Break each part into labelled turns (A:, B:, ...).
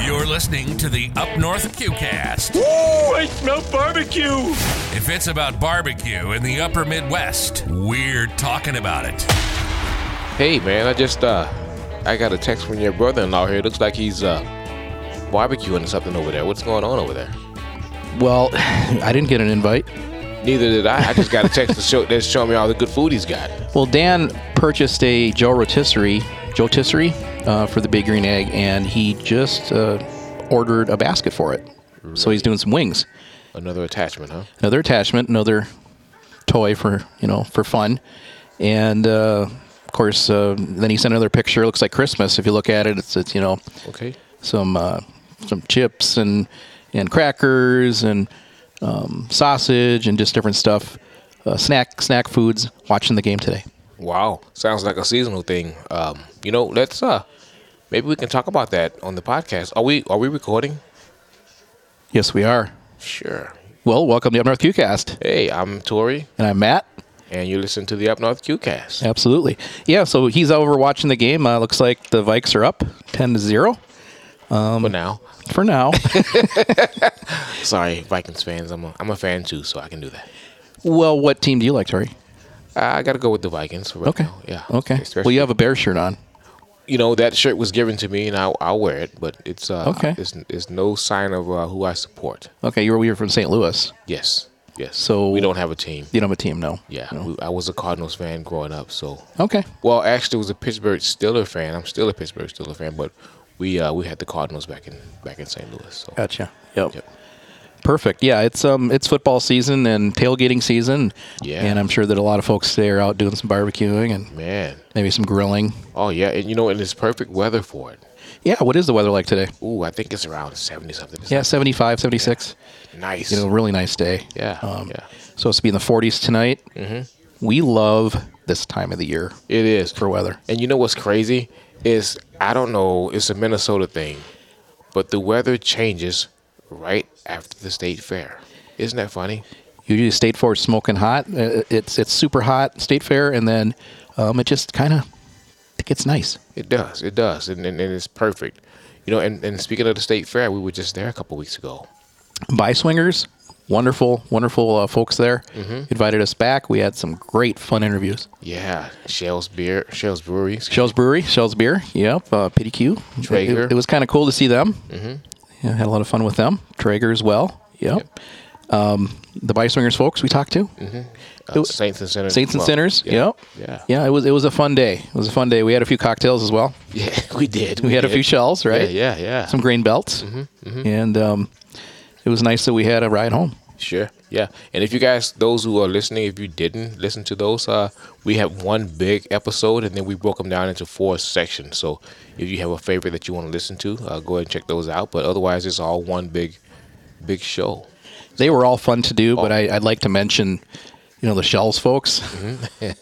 A: You're listening to the Up North QCast.
B: Ooh, I smell barbecue.
A: If it's about barbecue in the upper Midwest, we're talking about it.
C: Hey man, I just uh I got a text from your brother-in-law here. Looks like he's uh barbecuing something over there. What's going on over there?
D: Well, I didn't get an invite.
C: Neither did I. I just got a text to show that's showing me all the good food he's got.
D: Well, Dan purchased a Joe rotisserie, Joe Tisserie, uh, for the Big Green Egg, and he just uh, ordered a basket for it. So he's doing some wings.
C: Another attachment, huh?
D: Another attachment, another toy for you know for fun, and uh, of course, uh, then he sent another picture. It looks like Christmas if you look at it. It's, it's you know
C: Okay.
D: some uh, some chips and and crackers and um, sausage and just different stuff, uh, snack snack foods. Watching the game today.
C: Wow. Sounds like a seasonal thing. Um, you know, let's uh maybe we can talk about that on the podcast. Are we are we recording?
D: Yes, we are.
C: Sure.
D: Well, welcome to Up North QCast,
C: Hey, I'm Tori
D: and I'm Matt.
C: and you listen to the Up North QCast.
D: Absolutely, yeah. So he's over watching the game. Uh, looks like the Vikes are up ten to zero
C: for now.
D: for now.
C: Sorry, Vikings fans. I'm a, I'm a fan too, so I can do that.
D: well, what team do you like, Tori?
C: I got to go with the Vikings for right
D: Okay,
C: now. Yeah.
D: okay. Well,
C: Especially-
D: you have a bear shirt on.
C: you know that shirt was given to me and I'll, I'll wear it but it's uh
D: Okay.
C: it's, it's no sign of uh, who i support
D: Okay, you were we were from St. Louis.
C: yes yes
D: So-
C: we don't have a team
D: You don't have a team, no?
C: yeah
D: No.
C: we, i was a cardinals fan growing up so
D: Okay.
C: well actually was a pittsburgh steeler fan i'm still a pittsburgh steeler fan but we uh we had the cardinals back in back in st louis so
D: Gotcha. Yep.
C: Yep.
D: Perfect. Yeah, it's um it's football season and tailgating season.
C: Yeah.
D: And I'm sure that a lot of folks today are out doing some barbecuing and
C: man
D: maybe some grilling.
C: oh yeah and you know and it's perfect weather for it
D: Yeah, what is the weather like today?
C: Ooh, i think it's around 70 something It's
D: Yeah, 75, 76.
C: nice
D: You know, really nice day. Um,
C: Yeah, yeah.
D: So it's to be in the 40s tonight. Mm-hmm. We love this time of the year
C: it is
D: for weather.
C: And you know what's crazy is I don't know. It's a Minnesota thing, but the weather changes right after the state fair. Isn't that funny?
D: Usually State Fair is smoking hot. Uh, It's it's super hot State Fair, and then um, it just kind of it gets nice.
C: It does. It does, and and, and it's perfect. You know, and, and speaking of the state fair, we were just there a couple weeks ago.
D: by swingers wonderful wonderful uh, folks there
C: Mm-hmm.
D: invited us back we had some great fun interviews
C: Yeah, Shell's beer, Shell's brewery.
D: shell's brewery shell's beer yep uh, pity q It-
C: Traeger.
D: it, it was kind of cool to see them mm-hmm. yeah, had a lot of fun with them traeger as well yep, Um, the by swingers folks we talked to
C: Uh, Saints and sinners.
D: saints and
C: Club.
D: sinners
C: Yeah.
D: yep
C: Yeah.
D: yeah it was it was a fun day it was a fun day we had a few cocktails as well
C: Yeah, we did.
D: we had a
C: did.
D: few shells right
C: Yeah, Mm-hmm, yeah, yeah.
D: some grain belts and um, it was nice that we had a ride home
C: Sure. Yeah. And if you guys, those who are listening, if you didn't listen to those, uh, we have one big episode and then we broke them down into four sections. So if you have a favorite that you want to listen to, uh, go ahead and check those out. But otherwise, it's all one big, big show.
D: They were all fun to do, but
C: Oh.
D: I, I'd like to mention, you know, the Shells folks.
C: Mm-hmm.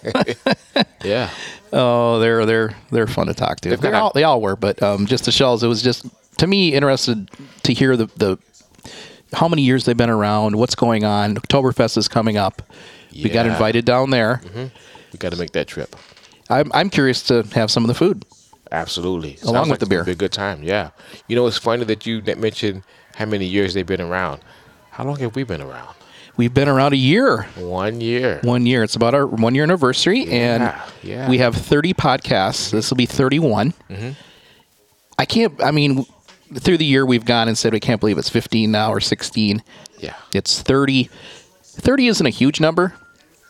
C: Yeah.
D: Oh, they're they're they're fun to talk to.
C: got
D: They're
C: a-
D: all, they all were, but um, just the Shells. It was just to me interested to hear the the how many years they've been around, what's going on. Oktoberfest is coming up. We got
C: Yeah. Mm-hmm.
D: invited down there.
C: We got to make that trip.
D: I'm I'm curious to have some of the food.
C: Absolutely.
D: Along with the
C: it's gonna
D: beer.
C: Be a good time. Yeah. You know, it's funny that you that mentioned how many years they've been around. How long have we been around?
D: We've been around a year.
C: One year.
D: One year. It's about our one year anniversary,
C: Yeah,
D: and
C: yeah. Mm-hmm.
D: we have 30 podcasts. This will be 31. I can't. I mean, through the year we've gone and said we can't believe it's 15 now or 16.
C: Yeah.
D: It's 30. 30 isn't a huge number,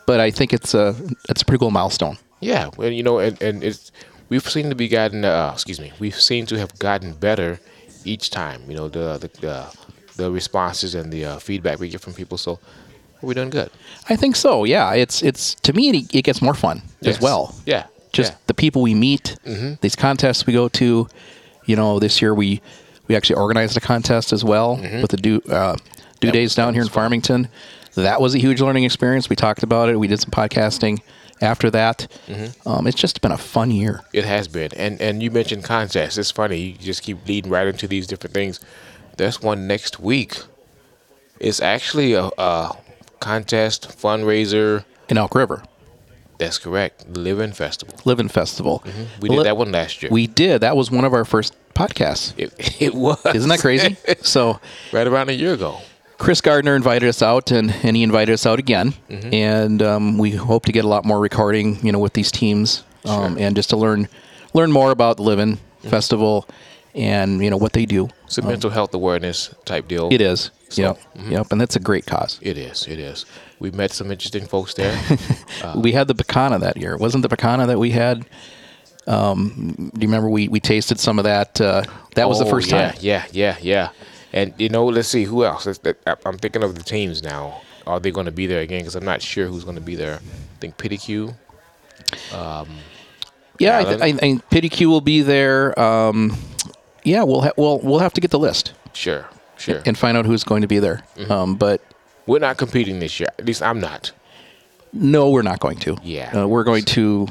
D: but I think it's a it's a pretty cool milestone.
C: Yeah, well, you know, and, and it's we've seemed to be gotten. Uh, excuse me, we've seemed to have gotten better each time. You know, the the the, the responses and the uh, feedback we get from people. So we're doing good
D: I think so. Yeah. It's it's to me it, it gets more fun
C: Yes.
D: as well.
C: Yeah,
D: Just
C: yeah. Mm-hmm.
D: the people we meet, these contests we go to. You know, this year we we actually organized a contest as well
C: Mm-hmm.
D: with the do uh, do days down here in Farmington. That was a huge learning experience. We talked about it. We did some podcasting after that.
C: Mm-hmm.
D: Um, it's just been a fun year.
C: It has been. And and you mentioned contests. It's funny. You just keep leading right into these different things. There's one next week. It's actually a, a contest fundraiser.
D: in Elk River.
C: That's correct. Living Festival.
D: Living Festival.
C: Mm-hmm. We did
D: Li-
C: that one last year.
D: We did. That was one of our first podcasts.
C: it, it was
D: Isn't that crazy? so
C: right around a year ago.
D: Chris Gardner invited us out, and, and he invited us out again.
C: Mm-hmm.
D: And um, we hope to get a lot more recording, you know, with these teams, um, and just to learn learn more about the Living
C: Mm-hmm.
D: Festival, and you know what they do.
C: It's a mental health awareness type deal.
D: Oh. It is. yep.
C: Mm-hmm.
D: Yep. And that's a great cause.
C: It is. It is. We met some interesting folks there.
D: we had the pecana that year. Wasn't the pecana that we had? Um, do you remember we, we tasted some of that? Uh, that was the
C: Oh,
D: first
C: yeah,
D: time.
C: Yeah, yeah, yeah. And you know, let's see who else. Let's- let- I- I'm thinking of the teams now. Are they going to be there again? Because I'm not sure who's going to be there. I think Pittycue.
D: Yeah,
C: Alan?
D: I, th- I, I Pity Q will be there. Um, yeah, we'll ha- we'll we'll have to get the list
C: Sure, sure.
D: and find out who's going to be there.
C: Mm-hmm.
D: Um, but
C: We're not competing this year. At least I'm not.
D: no, we're not going to.
C: Yeah.
D: uh, we're going to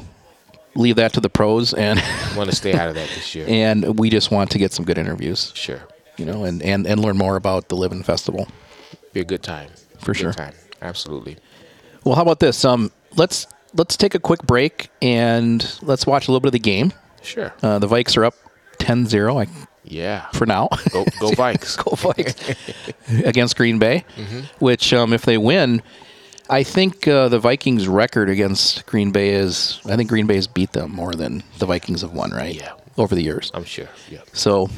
D: leave that to the pros, and
C: I want to stay out of that this year.
D: and we just want to get some good interviews,
C: sure.
D: you know, and and and learn more about the Living Festival.
C: Be a good time.
D: For
C: Good
D: sure.
C: time. Absolutely.
D: Well, how about this? Um, let's let's take a quick break and let's watch a little bit of the game.
C: Sure.
D: Uh, the Vikes are up 10-0 I-
C: yeah.
D: for now
C: Go, go Vikes.
D: Go Vikes against Green Bay, which um, if they win, I think uh, the Vikings' record against Green Bay is I think Green Bay has beat them more than the Vikings have won, right?
C: Yeah.
D: over the years.
C: I'm sure. Yeah.
D: So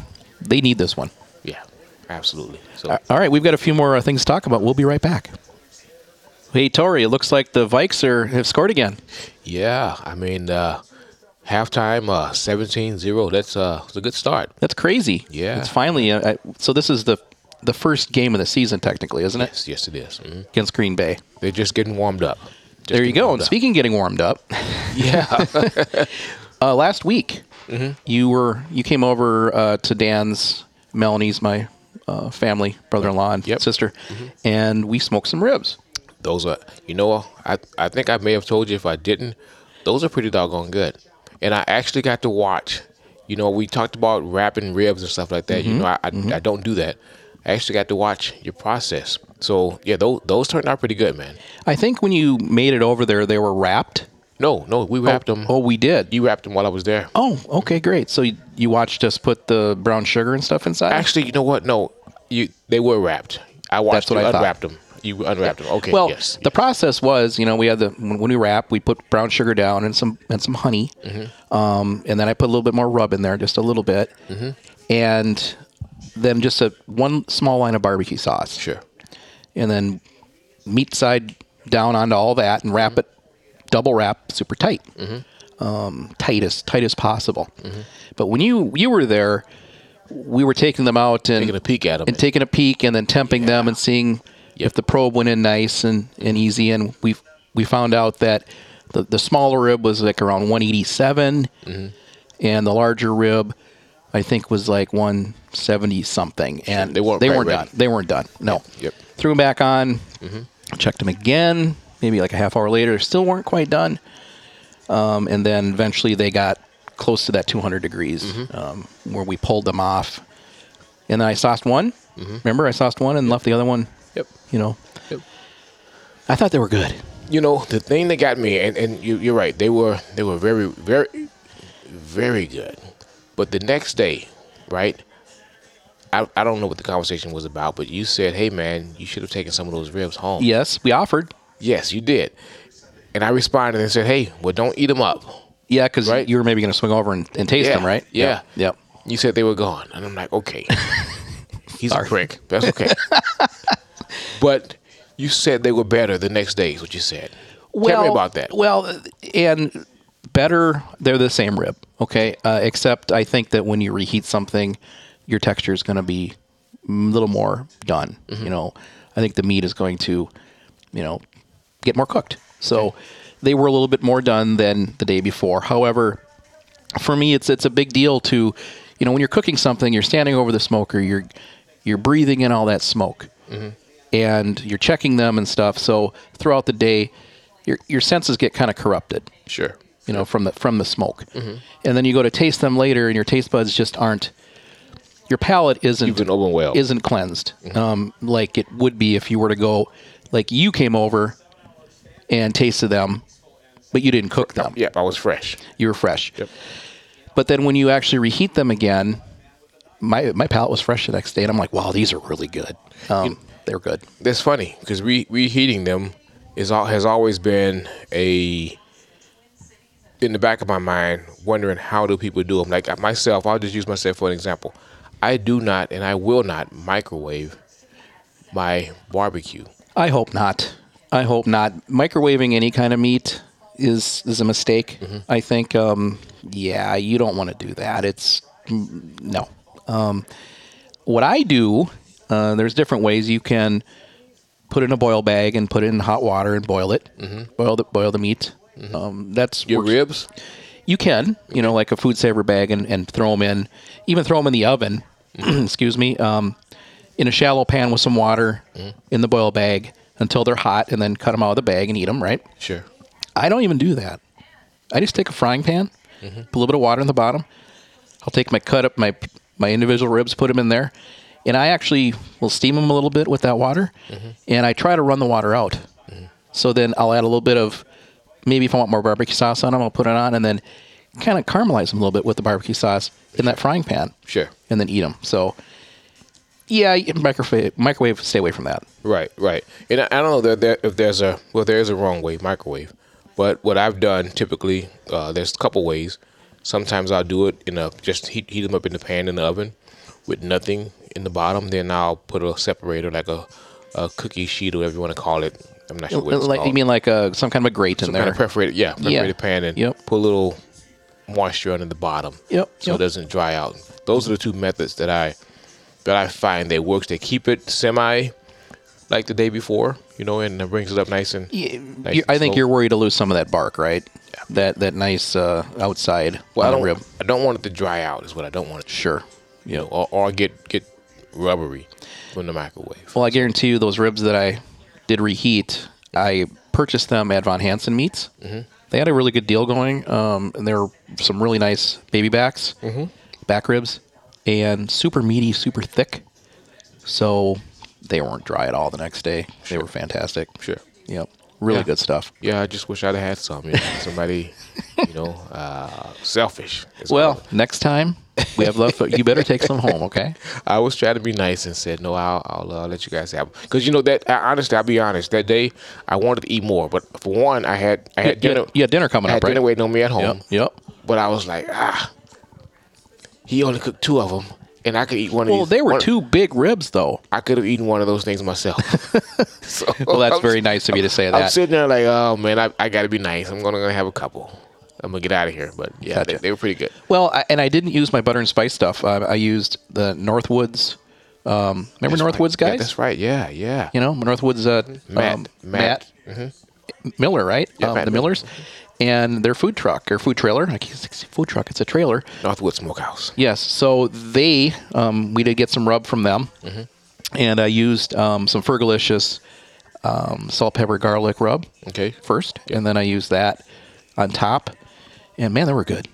D: they need this one.
C: Yeah. Absolutely. So
D: A- All right, we've got a few more uh, things to talk about. We'll be right back. Hey Tori, it looks like the Vikes are, have scored again.
C: yeah, I mean, uh, halftime uh, 17-0. That's uh, it's a good start.
D: That's crazy.
C: Yeah.
D: it's finally. Uh, I, so this is the the first game of the season, technically, isn't it?
C: Yes, yes, it is. Mhm.
D: Against Green Bay.
C: They're just getting warmed up. Just
D: there you
C: getting
D: go.
C: warmed
D: And
C: up.
D: speaking of getting warmed up,
C: yeah,
D: uh, last week
C: Mm-hmm.
D: you were you came over uh, to Dan's, Melanie's, my uh, family, brother-in-law, and
C: Yep. Mm-hmm.
D: sister, and we smoked some ribs.
C: those are. You know, I I think I may have told you if I didn't. Those are pretty doggone good, and I actually got to watch. You know, we talked about wrapping ribs and stuff like that. You know,
D: Mm-hmm.
C: I I, I don't do that. I actually got to watch your process. So yeah, those those turned out pretty good, man.
D: I think when you made it over there, they were wrapped.
C: No, no, we wrapped them.
D: Oh, we did.
C: You wrapped them while I was there.
D: oh, okay, great. So you, you watched us put the brown sugar and stuff inside.
C: Actually, you know what? No, you they were wrapped. I watched.
D: That's what
C: you
D: I thought.
C: unwrapped them. You unwrapped them. Okay.
D: Well,
C: yes.
D: the process was, you know, we had the when when we wrap, we put brown sugar down and some and some honey,
C: Mm-hmm.
D: um, and then I put a little bit more rub in there, just a little bit, and then just a one small line of barbecue sauce,
C: sure.
D: and then meat side down onto all that and
C: Mm-hmm.
D: wrap it, double wrap, super tight, um, tight as tight as possible.
C: Mm-hmm.
D: But when you you were there, we were taking them out and
C: Taking a peek at them.
D: and taking a peek and then temping them and seeing if the probe went in nice and, and easy. And we we found out that the, the smaller rib was like around 187,
C: Mm-hmm.
D: and the larger rib, I think, was like 170 something. And
C: They weren't
D: they
C: quite
D: weren't
C: ready.
D: done. They weren't done. No.
C: Yep.
D: Threw them back on. Checked them again. Maybe like a half hour later, still weren't quite done. Um, and then eventually they got close to that 200 degrees um, where we pulled them off and then I sauced one. Remember, I sauced one and left the other one.
C: Yep.
D: You know,
C: Yep.
D: I thought they were good.
C: you know the thing that got me and, and you, you're right they were they were very very very good but the next day right I, I don't know what the conversation was about but you said hey man you should have taken some of those ribs home
D: Yes, we offered.
C: yes you did and i responded and said hey well don't eat them up
D: Yeah, because
C: Right.
D: you were maybe going to swing over and, and taste them, right?
C: yeah
D: Yep.
C: you said they were gone and i'm like okay he's a prick that's okay but you said they were better the next day is what you said tell me about that
D: Well, and better, they're the same rib. Okay, uh, except I think that when you reheat something, your texture is going to be a little more done.
C: Mm-hmm.
D: You know, I think the meat is going to, you know, get more cooked. So they were a little bit more done than the day before. However, for me it's it's a big deal to you know when you're cooking something you're standing over the smoker you're you're breathing in all that smoke and you're checking them and stuff so throughout the day your your senses get kind of corrupted
C: sure
D: you know from the from the smoke
C: Mm-hmm.
D: and then you go to taste them later and your taste buds just aren't your palate isn't
C: You've been overwhelmed.
D: isn't cleansed
C: Mm-hmm.
D: um, like it would be if you were to go like you came over and tasted them but you didn't cook them.
C: Yep, I was fresh.
D: You were fresh.
C: Yep.
D: But then when you actually reheat them again, my my palate was fresh the next day, and I'm like, wow, these are really good. Um, they're good.
C: That's funny because re- reheating them is all has always been a in the back of my mind wondering how do people do them. Like I- myself, I'll just use myself for an example. I do not and I will not microwave my barbecue.
D: I hope not. I hope not. Microwaving any kind of meat is is a mistake. I think. Um, yeah, you don't want to do that. It's mm, no. Um, what I do, uh, there's different ways you can put it in a boil bag and put it in hot water and boil it. Boil the boil the meat. Um, that's
C: Your
D: works-
C: ribs,
D: You can, you know, like a food saver bag and, and throw them in, even throw them in the oven, excuse me, um, in a shallow pan with some water in the boil bag until they're hot and then cut them out of the bag and eat them, right?
C: sure.
D: I don't even do that. I just take a frying pan,
C: Mm-hmm.
D: put a little bit of water in the bottom. I'll take my cut up, my my individual ribs, put them in there, and I actually will steam them a little bit with that water,
C: Mm-hmm.
D: and I try to run the water out. So then I'll add a little bit of maybe if I want more barbecue sauce on them, I'll put it on, and then kind of caramelize them a little bit with the barbecue sauce in that frying pan.
C: Sure.
D: And then eat them. So yeah, microwave, microwave, stay away from that.
C: Right, right. And I, I don't know that there, if there's a well, there is a wrong way microwave, but what I've done typically, uh, there's a couple ways. Sometimes I'll do it in a just heat heat them up in the pan in the oven with nothing in the bottom. Then I'll put a separator like a, a cookie sheet or whatever you want to call it. I'm not sure what it's
D: Like,
C: called.
D: you mean like a, some kind of a grate in
C: Some kind
D: there?
C: of perforated, yeah, perforated pan, and
D: Yep.
C: put a little moisture under the bottom.
D: Yep,
C: So
D: yep.
C: it doesn't dry out. Those are the two methods that I that I find that works. They keep it semi like the day before, you know, and it brings it up nice and
D: Yeah,
C: nice
D: you-
C: and
D: I think
C: slow.
D: you're worried to lose some of that bark, right? That that nice uh, outside
C: Well, I
D: on the
C: don't.
D: rib.
C: I don't want it to dry out. Is what I don't want it. To,
D: Sure.
C: You know, or, or get get rubbery from the microwave.
D: Well, I guarantee you those ribs that I did reheat, I purchased them at Von Hansen Meats.
C: Mm-hmm.
D: They had a really good deal going, um, and there were some really nice baby backs,
C: Mm-hmm.
D: back ribs, and super meaty, super thick. So they weren't dry at all the next day. They were fantastic.
C: Sure.
D: Yep. Really
C: Yeah.
D: good stuff.
C: Yeah, I just wish I'd had some. You know, somebody, you know, uh, selfish. is all.
D: Well, next time we have left, you better take some home, okay?
C: I was trying to be nice and said, "No, I'll, I'll uh, let you guys have." Because you know that I, honestly, I'll be honest. That day, I wanted to eat more, but for one, I had I had
D: You- you
C: dinner.
D: had- you had dinner coming
C: I had
D: up, right?
C: dinner waiting on me at home.
D: Yep. Yep.
C: But I was like, ah, he only cooked two of them, and I could eat one.
D: Well,
C: of these.
D: they were
C: one-
D: two big ribs, though.
C: I could have eaten one of those things myself. So,
D: Well, that's
C: I'm-
D: very nice of you to say
C: I'm
D: that.
C: sitting there like, oh man, I, I got to be nice. I'm gonna, gonna have a couple. I'm gonna get out of here. But yeah, they,
D: Gotcha.
C: they were pretty good.
D: well, I, and I didn't use my butter and spice stuff. I, I used the Northwoods. Um, remember
C: That's right.
D: Northwoods
C: Yeah,
D: guys?
C: that's right. Yeah, yeah.
D: You know, Northwoods. Uh,
C: Matt,
D: um,
C: Matt,
D: Miller, right?
C: Yeah,
D: um,
C: Matt
D: the
C: Miller.
D: Millers, and their food truck or food trailer. I can't say food truck. It's a trailer.
C: Northwood Smokehouse.
D: Yes. So they, um, we did get some rub from them, and I used um, some Fergalicious um, salt, pepper, garlic rub.
C: Okay.
D: First, and then I used that on top, and man, they were good.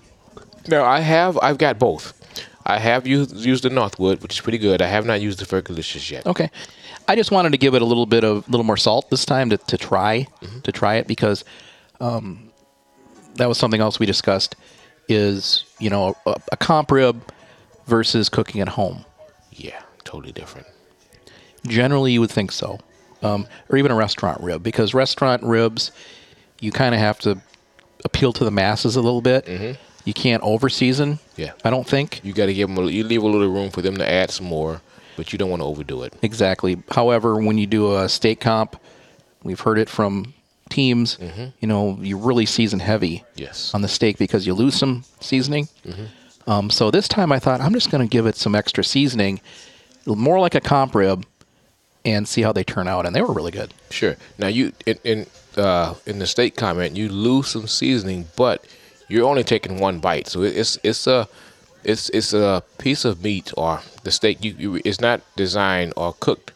C: No, I have. I've got both. I have used, used the Northwood, which is pretty good. I have not used the Fergalicious yet.
D: Okay. I just wanted to give it a little bit of little more salt this time to, to try to try it because um, that was something else we discussed is you know a, a comp rib versus cooking at home.
C: Yeah, totally different.
D: Generally, you would think so, um, or even a restaurant rib because restaurant ribs you kind of have to appeal to the masses a little bit. You can't over season.
C: Yeah.
D: I don't think.
C: You got to give them. A, you leave a little room for them to add some more, but you don't want to overdo it.
D: Exactly. However, when you do a state comp, we've heard it from teams, you know, you really season heavy
C: Yes.
D: on the steak because you lose some seasoning. Um, so this time I thought I'm just going to give it some extra seasoning, more like a comp rib, and see how they turn out. And they were really good.
C: Sure. Now you in in uh, in the state comment, you lose some seasoning, but you're only taking one bite, so it- it's it's a it's it's a piece of meat or the steak. You, you it's not designed or cooked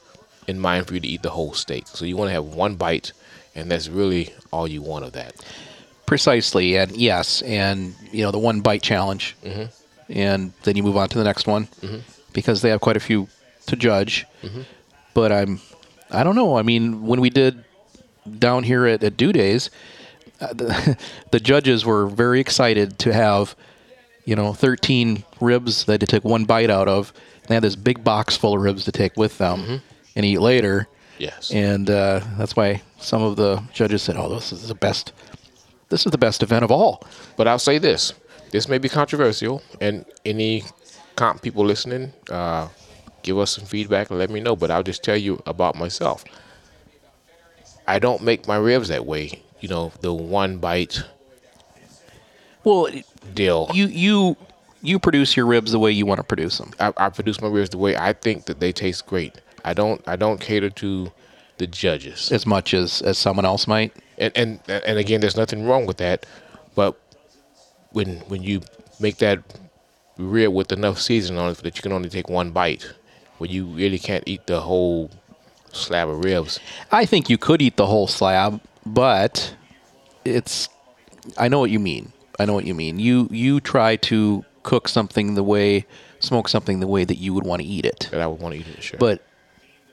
C: in mind for you to eat the whole steak. So you want to have one bite, and that's really all you want of that.
D: Precisely, and yes, and you know the one bite challenge, and then you move on to the next one because they have quite a few to judge. But I'm, I don't know. I mean, when we did down here at, at Due Days, uh, the, the judges were very excited to have, you know, 13 ribs that they took one bite out of. And they had this big box full of ribs to take with them and eat later.
C: Yes.
D: And uh, that's why some of the judges said, "Oh, this is the best. This is the best event of all."
C: But I'll say this: this may be controversial, and any comp people listening, uh, give us some feedback and let me know. But I'll just tell you about myself. I don't make my ribs that way. You know, the one bite
D: Well,
C: deal.
D: you you you produce your ribs the way you want to produce them.
C: I, I produce my ribs the way I think that they taste great. I don't. I don't cater to the judges.
D: as much as as someone else might.
C: and and and again, there's nothing wrong with that, but when when you make that rib with enough seasoning on it that you can only take one bite, when you really can't eat the whole slab of ribs,
D: I think you could eat the whole slab, but it's I know what you mean. I know what you mean. You you try to cook something the way smoke something the way that you would want to eat it.
C: that I would want to eat it. Sure,
D: But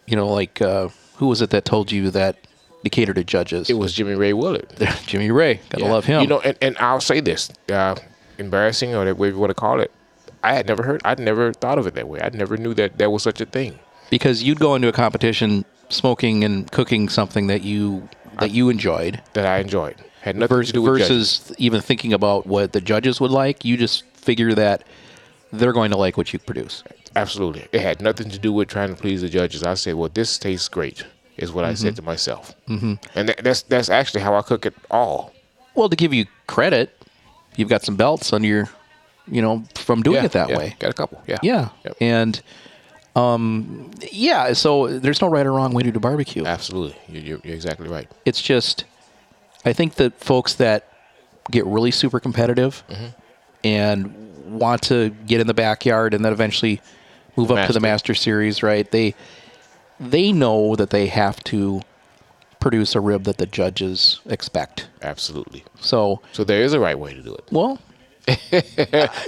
D: you know like uh who was it that told you that to cater to judges?
C: it was Jimmy Ray Willard.
D: Jimmy Ray. Got to
C: Yeah.
D: love him.
C: You know, and, and I'll say this, uh, embarrassing or whatever you want to call it. I had never heard. I'd never thought of it that way. I never knew that there was such a thing.
D: because you'd go into a competition smoking and cooking something that you that you enjoyed
C: that I enjoyed. Had nothing to
D: versus,
C: do with judges.
D: versus even thinking about what the judges would like. You just figure that they're going to like what you produce.
C: Absolutely, it had nothing to do with trying to please the judges. I said, "Well, this tastes great," is what I said to myself, mm-hmm. and tha- that's that's actually how I cook it all.
D: Well, to give you credit, you've got some belts under your, you know, from doing it that
C: yeah.
D: way.
C: Got a couple. Yeah.
D: Yeah,
C: Yep.
D: and um, yeah. So there's no right or wrong way to do barbecue.
C: Absolutely, You- you're, you're exactly right.
D: It's just, I think that folks that get really super competitive and want to get in the backyard and then eventually move up to the
C: Master.
D: master series, right? They they know that they have to produce a rib that the judges expect.
C: Absolutely.
D: So,
C: So there is a right way to do it,
D: well,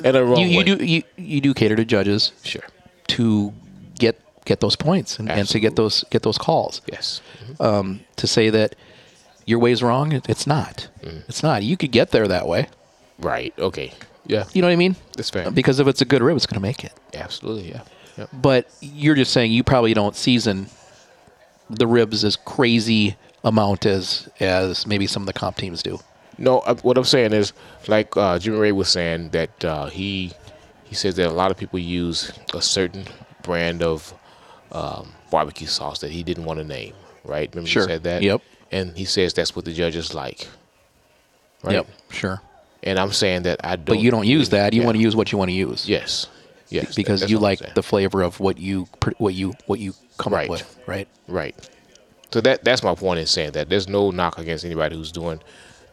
C: and a wrong
D: you, you
C: way.
D: do you, you do cater to judges
C: sure.
D: to get get those points and, and to
C: Absolutely.
D: get those get those calls.
C: Yes.
D: um, to say that your way's wrong. it- It's not.
C: Mm.
D: It's not. You could get there that way.
C: Right. Okay. Yeah.
D: You know what I mean?
C: That's fair.
D: Because if it's a good rib, it's going to make it.
C: Absolutely. Yeah. Yep.
D: But you're just saying you probably don't season the ribs as crazy amount as as maybe some of the comp teams do.
C: No, uh, what I'm saying is, like uh, Jimmy Ray was saying, that uh, he he says that a lot of people use a certain brand of um, barbecue sauce that he didn't want to name, right? Remember
D: Sure.
C: he said that.
D: Yep.
C: And he says that's what the judges like, right?
D: Sure.
C: And I'm saying that I don't.
D: But you don't use that. You
C: Yeah.
D: want to use what you want to use.
C: Yes. Yes.
D: Because
C: that's
D: you
C: what I'm
D: like
C: saying.
D: the flavor of what you pr- what you what you come
C: Right.
D: up with, right?
C: Right. So that that's my point in saying that there's no knock against anybody who's doing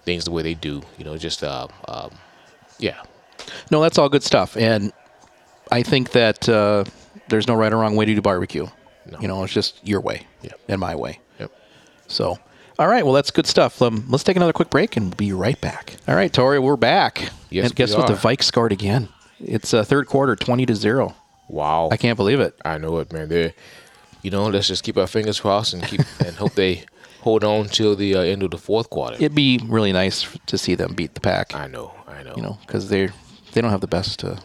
C: things the way they do. You know, just uh, um, yeah,
D: No, that's all good stuff, and I think that uh, there's no right or wrong way to do barbecue.
C: No.
D: You know, it's just your way
C: Yep.
D: and my way.
C: yep.
D: So, all right, well, that's good stuff. Um, let's take another quick break and be right back. All right, Tori, we're back.
C: Yes,
D: and guess
C: we
D: what? The
C: are.
D: Vikes scored again. It's uh, third quarter, twenty to zero.
C: Wow.
D: I can't believe it.
C: I know it, man. They're, you know, let's just keep our fingers crossed and keep and hope they hold on till the uh, end of the fourth quarter.
D: It'd be really nice to see them beat the pack.
C: I know, I know.
D: You know, because they they don't have the best uh,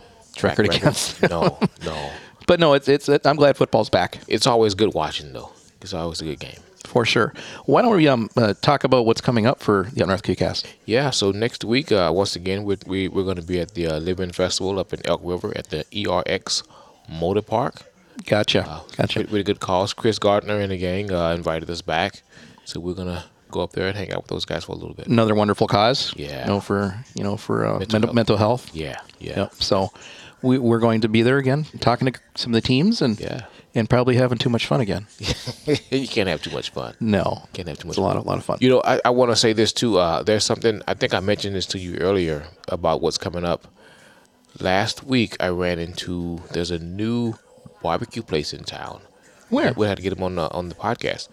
D: record, against.
C: no, no.
D: but no, it's it's. I'm glad football's back.
C: It's always good watching though. It's always a good game.
D: For sure. Why don't we um, uh, talk about what's coming up for the Unearthed QCast?
C: Yeah. So next week, uh, once again, we we we're going to be at the uh, Living Festival up in Elk River at the ERX Motor Park.
D: Gotcha. gotcha.
C: With, with a good cause. Chris Gardner and the gang uh, invited us back, so we're gonna go up there and hang out with those guys for a little bit.
D: Another wonderful cause.
C: Yeah.
D: You know, for you know for uh, mental,
C: Mental
D: mental,
C: health.
D: health.
C: Yeah, yeah.
D: Yep. So we, we're going to be there again, talking to some of the teams and
C: Yeah.
D: and probably having too much fun again.
C: you can't have too much fun.
D: No.
C: Can't have too much.
D: It's a lot of lot of fun.
C: You know, I, I want to say this too. Uh, there's something I think I mentioned this to you earlier about what's coming up. Last week, I ran into there's a new barbecue place in town.
D: Where?
C: we'll have to get them on the on the podcast.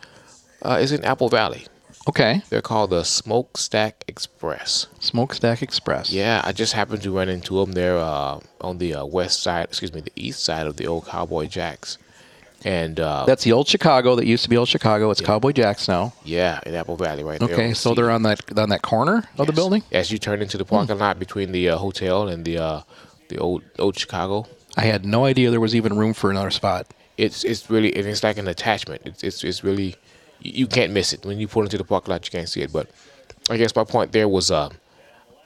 C: Uh, it's in Apple Valley.
D: okay.
C: They're called the Smokestack Express.
D: Smokestack Express.
C: Yeah, I just happened to run into them there uh, on the uh, west side, excuse me, the east side of the old Cowboy Jacks. And uh,
D: That's the old Chicago that used to be old Chicago. It's Cowboy Jack's now.
C: yeah, in Apple Valley, right there.
D: Okay,
C: on
D: so
C: C.
D: they're on that on that corner of the
C: Yes.
D: building. Hmm.
C: As you turn into the parking lot between the uh, hotel and the uh, the old old Chicago,
D: I had no idea there was even room for another spot.
C: it's it's really and it's like an attachment. It's it's, it's really you, you can't miss it when you pull into the parking lot. You can't see it, but I guess my point there was uh,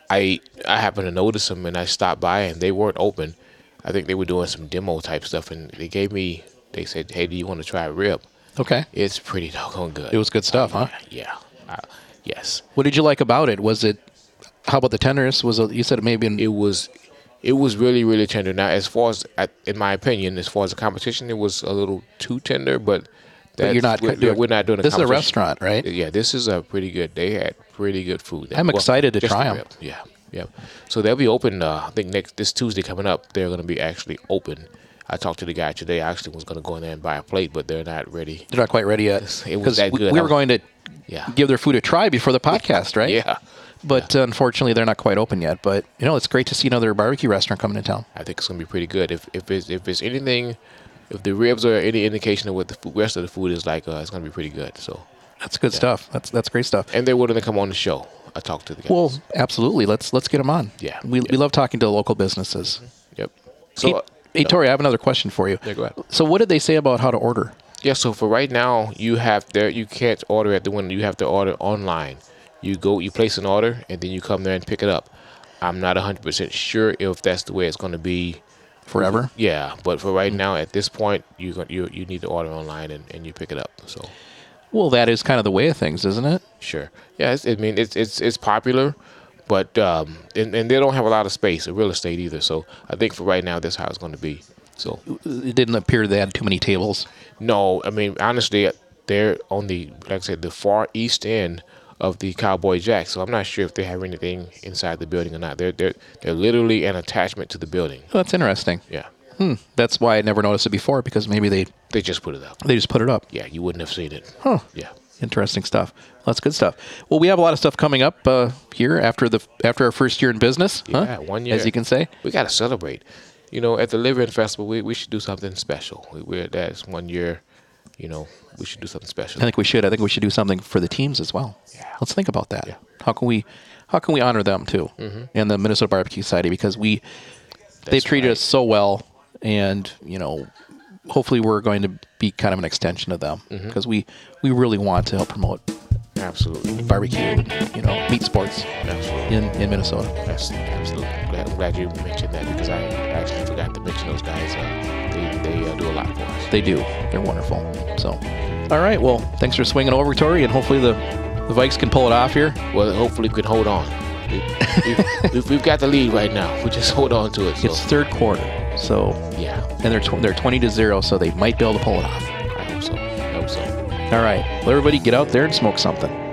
C: I I happened to notice them and I stopped by and they weren't open. I think they were doing some demo type stuff and they gave me. They said, "Hey, do you want to try rib?"
D: Okay,
C: It's pretty doggone good.
D: it was good stuff, huh?
C: yeah, uh, yes.
D: What did you like about it? Was it how about the tenderness? Was it, you said it may have been
C: it was it was really really tender now as far as I- in my opinion as far as the competition it was a little too tender but
D: But you're not
C: we're,
D: doing-
C: we're not doing
D: this is a
C: competition.
D: restaurant, right?
C: yeah this is a pretty good they had pretty good food there.
D: I'm excited to
C: just
D: try
C: the
D: 'em.
C: rib, yeah yeah so they'll be open uh, I think next this Tuesday coming up they're going to be actually open I talked to the guy today I actually was going to go in there and buy a plate but they're not ready
D: they're not quite ready yet
C: It was
D: 'Cause
C: that
D: we,
C: good.
D: we
C: I
D: were
C: was-
D: going to
C: yeah
D: give their food a try before the podcast, right?
C: yeah
D: But uh, unfortunately, they're not quite open yet. But you know, it's great to see another barbecue restaurant coming to town.
C: I think it's gonna be pretty good. If if it's if it's anything, if the ribs are any indication of what the food, rest of the food is like, uh, it's gonna be pretty good. So,
D: That's good stuff. That's that's great stuff.
C: and they're willing to come on the show. I talked to the guys.
D: Well, absolutely. Let's let's get them on.
C: Yeah.
D: we, we
C: Yeah.
D: love talking to local businesses.
C: yep.
D: Hey,
C: So, uh,
D: hey, Tori, I have another question for you.
C: Yeah, go ahead.
D: So, what did they say about how to order?
C: yeah. So for right now, you have there. You can't order at the window. You have to order online. You go. You place an order, and then you come there and pick it up. I'm not 100% sure if that's the way it's gonna be.
D: Forever?
C: Yeah, but for right now, at this point, you gon- you you need to order online and, and you pick it up. So. Mm-hmm.
D: Well, that is kind of the way of things, isn't it?
C: Sure. Yeah, it's, I mean it's it's it's popular, but um, and, and they don't have a lot of space or real estate either. So I think for right now that's how it's going to be. So
D: It didn't appear they had too many tables.
C: no, I mean honestly, they're on the like I said the far east end of the Cowboy Jack. So I'm not sure if they have anything inside the building or not. They're they're they're literally an attachment to the building.
D: Oh, that's interesting.
C: Yeah,
D: Hmm, That's why I never noticed it before because maybe they
C: they just put it up.
D: they just put it up.
C: Yeah, you wouldn't have seen it.
D: Huh.
C: Yeah.
D: Interesting stuff. That's good stuff. Well, we have a lot of stuff coming up uh, here after the after our first year in business.
C: Yeah,
D: huh?
C: one year.
D: as you can say.
C: We got to celebrate. You know, at the Live In Festival, we, we should do something special. We, we're that's one year. You know, we should do something special.
D: I think we should. I think we should do something for the teams as well.
C: Yeah.
D: Let's think about that.
C: Yeah. Mm-hmm.
D: How can we how can we honor them too and the Minnesota Barbecue Society because we they
C: That's
D: treated
C: right.
D: us so well and you know hopefully we're going to be kind of an extension of them
C: Mm-hmm.
D: because we we really want to help promote
C: Absolutely,
D: barbecue, you know, meat sports
C: absolutely.
D: in, in Minnesota.
C: That's absolutely. I'm glad, I'm glad you mentioned that because I actually forgot to mention those guys. Uh, they they uh, do a lot for us.
D: They do. They're wonderful. So, all right. Well, thanks for swinging over, Tori, and hopefully the the Vikes can pull it off here.
C: Well, hopefully, we can hold on. We, we, we've, we've got the lead right now. We just hold on to it. So
D: It's third quarter, so
C: yeah,
D: and they're tw- they're twenty to zero, so they might be able to pull it off.
C: I hope so. I hope so.
D: All right. Well, everybody, get out there and smoke something.